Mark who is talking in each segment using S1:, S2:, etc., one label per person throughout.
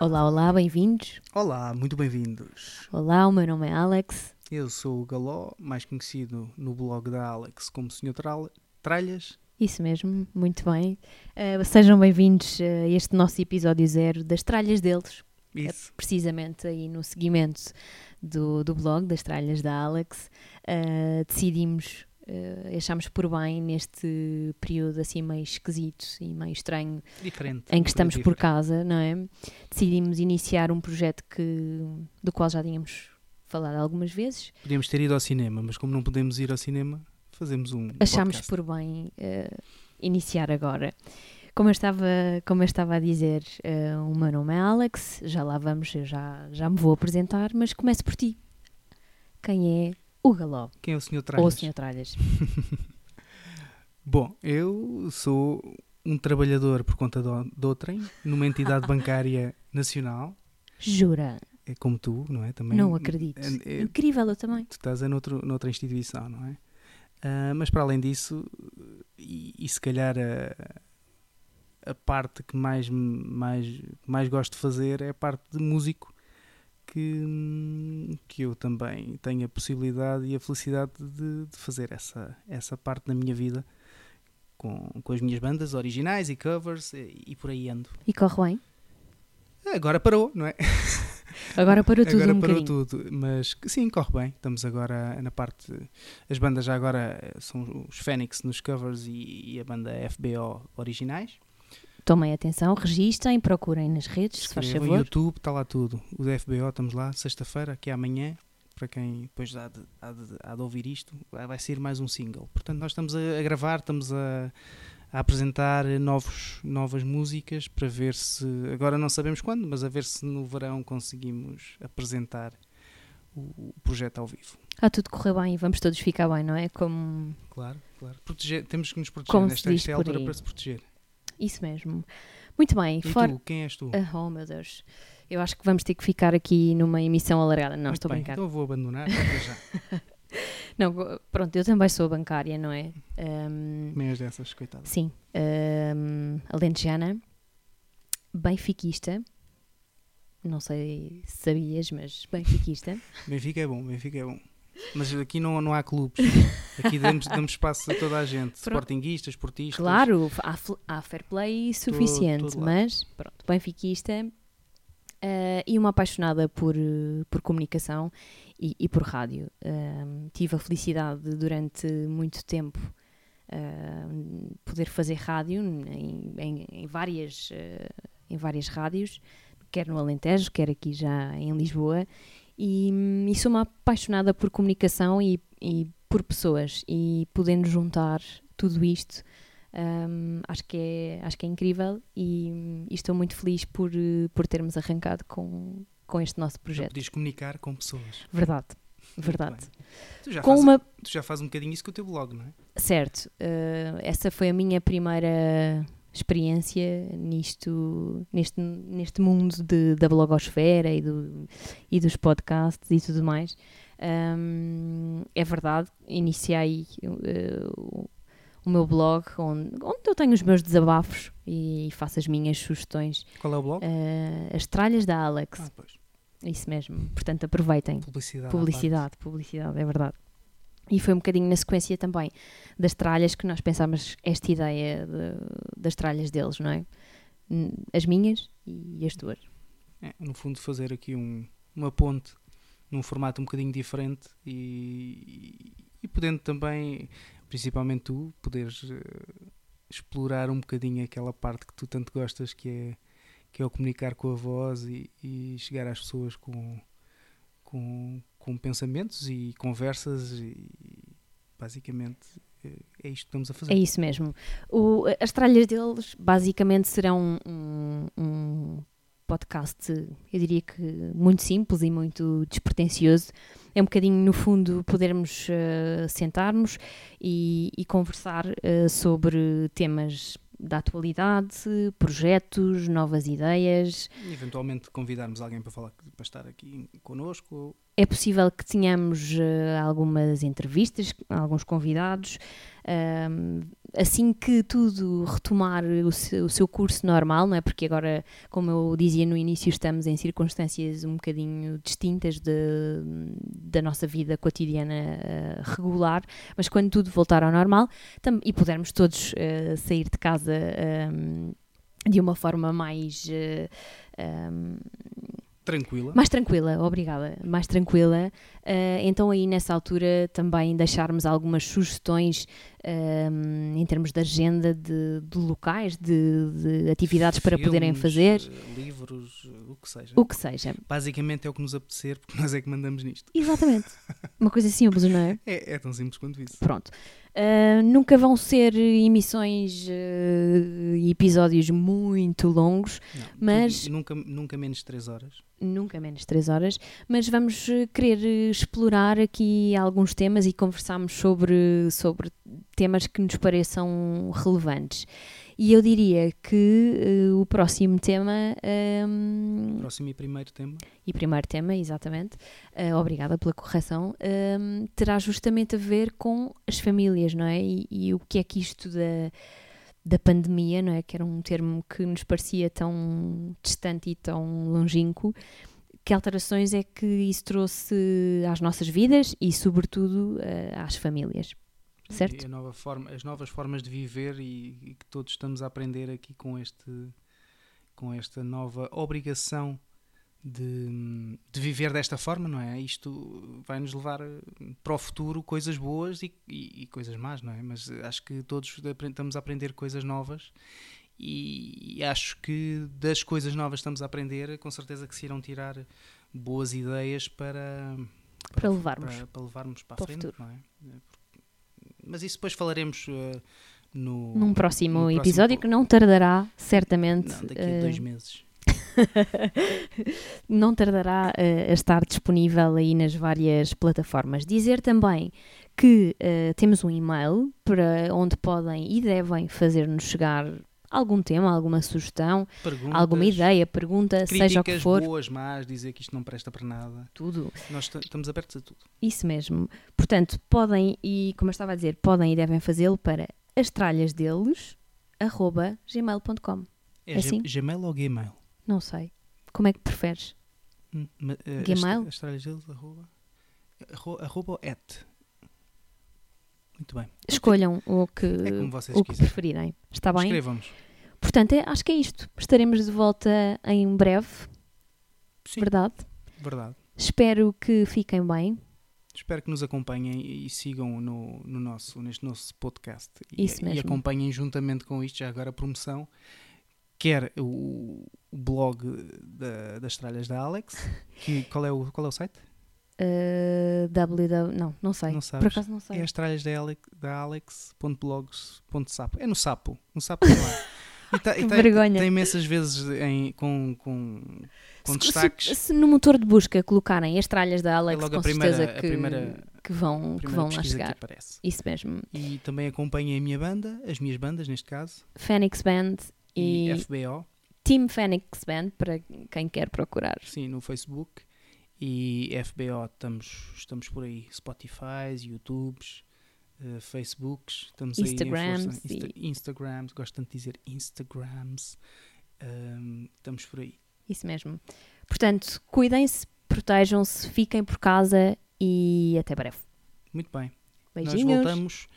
S1: Olá, olá, bem-vindos.
S2: Olá, muito bem-vindos.
S1: Olá, o meu nome é Alex.
S2: Eu sou o Galó, mais conhecido no blog da Alex como Sr. Tral- Tralhas.
S1: Isso mesmo, muito bem. Eh, sejam bem-vindos eh, a este nosso episódio zero das tralhas deles,
S2: Isso.
S1: precisamente aí no seguimento do, do blog das tralhas da Alex, eh, decidimos, eh, achámos por bem neste período assim meio esquisito e meio estranho
S2: Diferente.
S1: em que estamos por
S2: Diferente.
S1: casa, não é? Decidimos iniciar um projeto que, do qual já tínhamos falado algumas vezes,
S2: Podíamos ter ido ao cinema, mas como não podemos ir ao cinema, fazemos um
S1: achámos
S2: podcast.
S1: por bem eh, iniciar agora. Como eu estava, como eu estava a dizer, eh, o meu nome é Alex, já lá vamos, eu já, já me vou apresentar, mas começo por ti. Quem é o Galó?
S2: Quem é o Sr.
S1: Ou o
S2: Tralhas?
S1: Sr. Tralhas?
S2: Bom, eu sou um trabalhador por conta do, de outrem, numa entidade bancária nacional,
S1: Jura?
S2: é como tu, não é? Também
S1: não acredito.
S2: É- é-
S1: Incrível, eu também.
S2: tu estás a noutro, noutra instituição, não é? Ah, mas para além disso, e, e se calhar a, a parte que mais, me- mais, mais gosto de fazer é a parte de músico, que, hum, que eu também tenho a possibilidade e a felicidade de, de fazer essa, essa parte da minha vida com, com as minhas bandas originais e covers e, e por aí ando.
S1: E corre bem?
S2: Agora parou, não é?
S1: Agora para tudo
S2: agora
S1: um
S2: parou
S1: bocadinho.
S2: tudo, mas que- sim, corre bem. Estamos agora na parte. As bandas já agora eh, são os Fênix nos covers e, e a banda FBO originais.
S1: Tomem atenção, registrem, procurem nas redes, se faz
S2: Escrevam
S1: favor.
S2: YouTube, está lá tudo. O da FBO, estamos lá, sexta-feira, que é amanhã. Para quem depois há de, há de- há de ouvir isto, vai vai sair mais um single. Portanto, nós estamos a, a gravar, estamos a, a apresentar novos, novas músicas para ver se. Agora não sabemos quando, mas a ver se no verão conseguimos apresentar o- o projeto ao vivo.
S1: Ah, tudo correr bem e vamos todos ficar bem, não é? Como...
S2: Claro, claro. Proteger, temos que nos proteger
S1: Como se
S2: nesta
S1: diz
S2: esta é a
S1: por
S2: altura
S1: aí.
S2: para se proteger.
S1: Isso mesmo. Muito bem,
S2: E
S1: fora.
S2: tu, quem és tu?
S1: Ah, Oh meu Deus, eu acho que vamos ter que ficar aqui numa emissão alargada. Não,
S2: Muito
S1: estou a
S2: bem,
S1: brincar.
S2: Então eu vou abandonar até já.
S1: Não, go- pronto, eu também sou bancária, não é? Ahm,
S2: Meias dessas, coitadas.
S1: sim, ahm, alentejana, benfiquista. Não sei se sabias, mas benfiquista.
S2: Benfica é bom, Benfica é bom. Mas aqui não, não há clubes. Aqui damos, damos espaço a toda a gente. Sportinguistas, esportistas.
S1: Claro, há, fl- há fair play suficiente,
S2: todo lado.
S1: mas pronto, benfiquista eh, e uma apaixonada por, eh, por comunicação e, e por rádio. Ahm, tive a felicidade de, durante muito tempo ahm, poder fazer rádio em, em- em várias, eh, em várias rádios, quer no Alentejo, quer aqui já em Lisboa, e, hum, e sou uma apaixonada por comunicação e, e por pessoas e podendo juntar tudo isto um, acho, que é, acho que é incrível e, e estou muito feliz por, eh, por termos arrancado com, com este nosso
S2: Já
S1: projeto.
S2: podias comunicar com pessoas.
S1: Verdade,
S2: Muito
S1: verdade.
S2: Tu já,
S1: Com
S2: fazes,
S1: uma.
S2: tu já fazes um bocadinho isso com o teu blog, não é?
S1: Certo, eh, essa foi a minha primeira experiência nisto, neste, neste mundo de, da blogosfera e, do, e dos podcasts e tudo mais. Um, é verdade, iniciei eh, o- o meu blog, onde, onde eu tenho os meus desabafos e faço as minhas sugestões
S2: Qual é o blog?
S1: Eh, as tralhas da Alex.
S2: Ah, pois.
S1: Isso mesmo. Portanto, aproveitem.
S2: Publicidade. à
S1: Publicidade, publicidade, é verdade. E foi um bocadinho na sequência também das tralhas que nós pensámos esta ideia de- das tralhas deles, não é? Hum, As minhas e as tuas.
S2: parte. É, no fundo, fazer aqui um- uma ponte num formato um bocadinho diferente e, e, e podendo também, principalmente tu, poderes eh, explorar um bocadinho aquela parte que tu tanto gostas, que é, que é o comunicar com a voz e, e chegar às pessoas com, com, com pensamentos e conversas e basicamente eh, é isto que estamos a fazer.
S1: É isso mesmo. O- as tralhas deles basicamente serão um, um podcast, eu diria que muito simples e muito despretensioso. É um bocadinho, no fundo, podermos uh, sentarmos e, e conversar uh, sobre temas da atualidade, projetos, novas ideias.
S2: E eventualmente convidarmos alguém para, falar, para estar aqui connosco.
S1: É possível que tenhamos eh, algumas entrevistas, alguns convidados. Ahm, assim que tudo retomar o se- o seu curso normal, não é? Porque agora, como eu dizia no início, estamos em circunstâncias um bocadinho distintas de- da nossa vida cotidiana eh, regular, mas quando tudo voltar ao normal tam- e pudermos todos eh, sair de casa ahm, de uma forma mais. eh, ahm,
S2: Tranquila.
S1: mais tranquila, obrigada. Mais tranquila. Ah, então, aí nessa altura, também deixarmos algumas sugestões ahm, em termos de agenda, de, de locais, de, de atividades para
S2: Filmes,
S1: poderem fazer,
S2: eh, Livros, eh, o que seja.
S1: o que seja.
S2: Basicamente é o que nos apetecer, porque nós é que mandamos nisto.
S1: Exatamente. Uma coisa simples, não é?
S2: É, é tão simples quanto isso.
S1: Pronto. Ah, nunca vão ser emissões ah, e episódios muito longos,
S2: Não,
S1: Mas-
S2: tu- Nunca, nunca menos de 3 horas.
S1: nunca menos de 3 horas, mas vamos eh, querer eh, explorar aqui alguns temas e conversarmos sobre, sobre temas que nos pareçam relevantes. E eu diria que eh, o próximo tema, ehm,
S2: Próximo e primeiro tema.
S1: e primeiro tema, exatamente, eh, obrigada pela correção, ehm, terá justamente a ver com as famílias, não é? E, e o que é que isto da, da pandemia, não é? Que era um termo que nos parecia tão distante e tão longínquo. Que alterações é que isso trouxe às nossas vidas e, sobretudo, eh, às famílias? Certo?
S2: E é a nova forma, as novas formas de viver e, e que todos estamos a aprender aqui com, este, com esta nova obrigação de, de viver desta forma, não é? Isto vai nos levar eh, para o futuro coisas boas e, e- e coisas más, não é? Mas eh, acho que todos apre- estamos a aprender coisas novas e, e acho que das coisas novas que estamos a aprender, com certeza que se irão tirar boas ideias para,
S1: Para levarmos.
S2: para, para levarmos para,
S1: Para
S2: a
S1: o
S2: frente,
S1: futuro.
S2: não é? Eh, porque- Mas isso depois falaremos eh, no.
S1: Num próximo
S2: num um próximo
S1: episódio
S2: po-
S1: que não tardará, certamente.
S2: Não, daqui a
S1: eh,
S2: dois meses.
S1: não tardará eh, a estar disponível aí nas várias plataformas. Dizer também que eh, temos um e-mail para onde podem e devem fazer-nos chegar algum tema, alguma sugestão,
S2: Perguntas,
S1: alguma ideia, pergunta,
S2: críticas
S1: seja o que for,
S2: boas, más, dizer que isto não presta para nada.
S1: tudo.
S2: Nós t- estamos abertos a tudo.
S1: Isso mesmo. Portanto, podem e como eu estava a dizer, podem e devem fazê-lo para as deles arroba gmail.com.
S2: É,
S1: É
S2: ge-
S1: assim?
S2: Gmail ou Gmail?
S1: Não sei. Como é que preferes?
S2: Hum, ma- eh, as-
S1: Gmail?
S2: As tralhas deles, arroba. arro- Arroba ou at. Muito bem.
S1: Escolham o que,
S2: É como vocês
S1: Eh, o que
S2: quiserem.
S1: preferirem. Está bem?
S2: Escrevam-nos.
S1: Portanto, é- acho que é isto. Estaremos de volta em breve,
S2: Sim,
S1: verdade?
S2: verdade.
S1: Espero que fiquem bem.
S2: Espero que nos acompanhem e sigam no, no nosso, neste nosso podcast. E,
S1: Isso mesmo.
S2: e acompanhem juntamente com isto, já agora a promoção, quer o, o blog da- das tralhas da Alex. Que, qual, é o, qual é o site?
S1: Uh, www. Não, não sei.
S2: Não
S1: Por
S2: sabes.
S1: acaso não sei.
S2: É as tralhas da, Alex, da Alex.blogs.sapo. É no sapo. No sapo não é. E tá- e
S1: Que
S2: tá-
S1: vergonha.
S2: Tem imensas vezes em- com, com, com
S1: Se-
S2: destaques.
S1: Se, se no motor de busca colocarem as tralhas da Alex,
S2: é logo
S1: com
S2: a primeira,
S1: certeza
S2: a
S1: que,
S2: primeira,
S1: que vão,
S2: a
S1: que
S2: primeira
S1: vão lá
S2: pesquisa
S1: chegar.
S2: que aparece.
S1: Isso mesmo.
S2: E também acompanhem a minha banda, as minhas bandas neste caso,
S1: Fênix Band
S2: e,
S1: e,
S2: FBO,
S1: Team Fênix Band para quem quer procurar.
S2: sim, no Facebook. E FBO, estamos, estamos por aí. Spotify, YouTubes, eh, Facebooks, estamos aí em
S1: Instagrams
S2: força. Insta- Instagrams, gosto tanto de dizer Instagrams. Ahm, estamos por aí.
S1: Isso mesmo. Portanto, cuidem-se, protejam-se, fiquem por casa e até breve.
S2: Muito bem. Nós
S1: Beijinhos.
S2: voltamos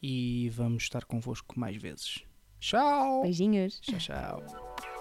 S2: e vamos estar convosco mais vezes. Tchau!
S1: Beijinhos.
S2: Tchau, tchau.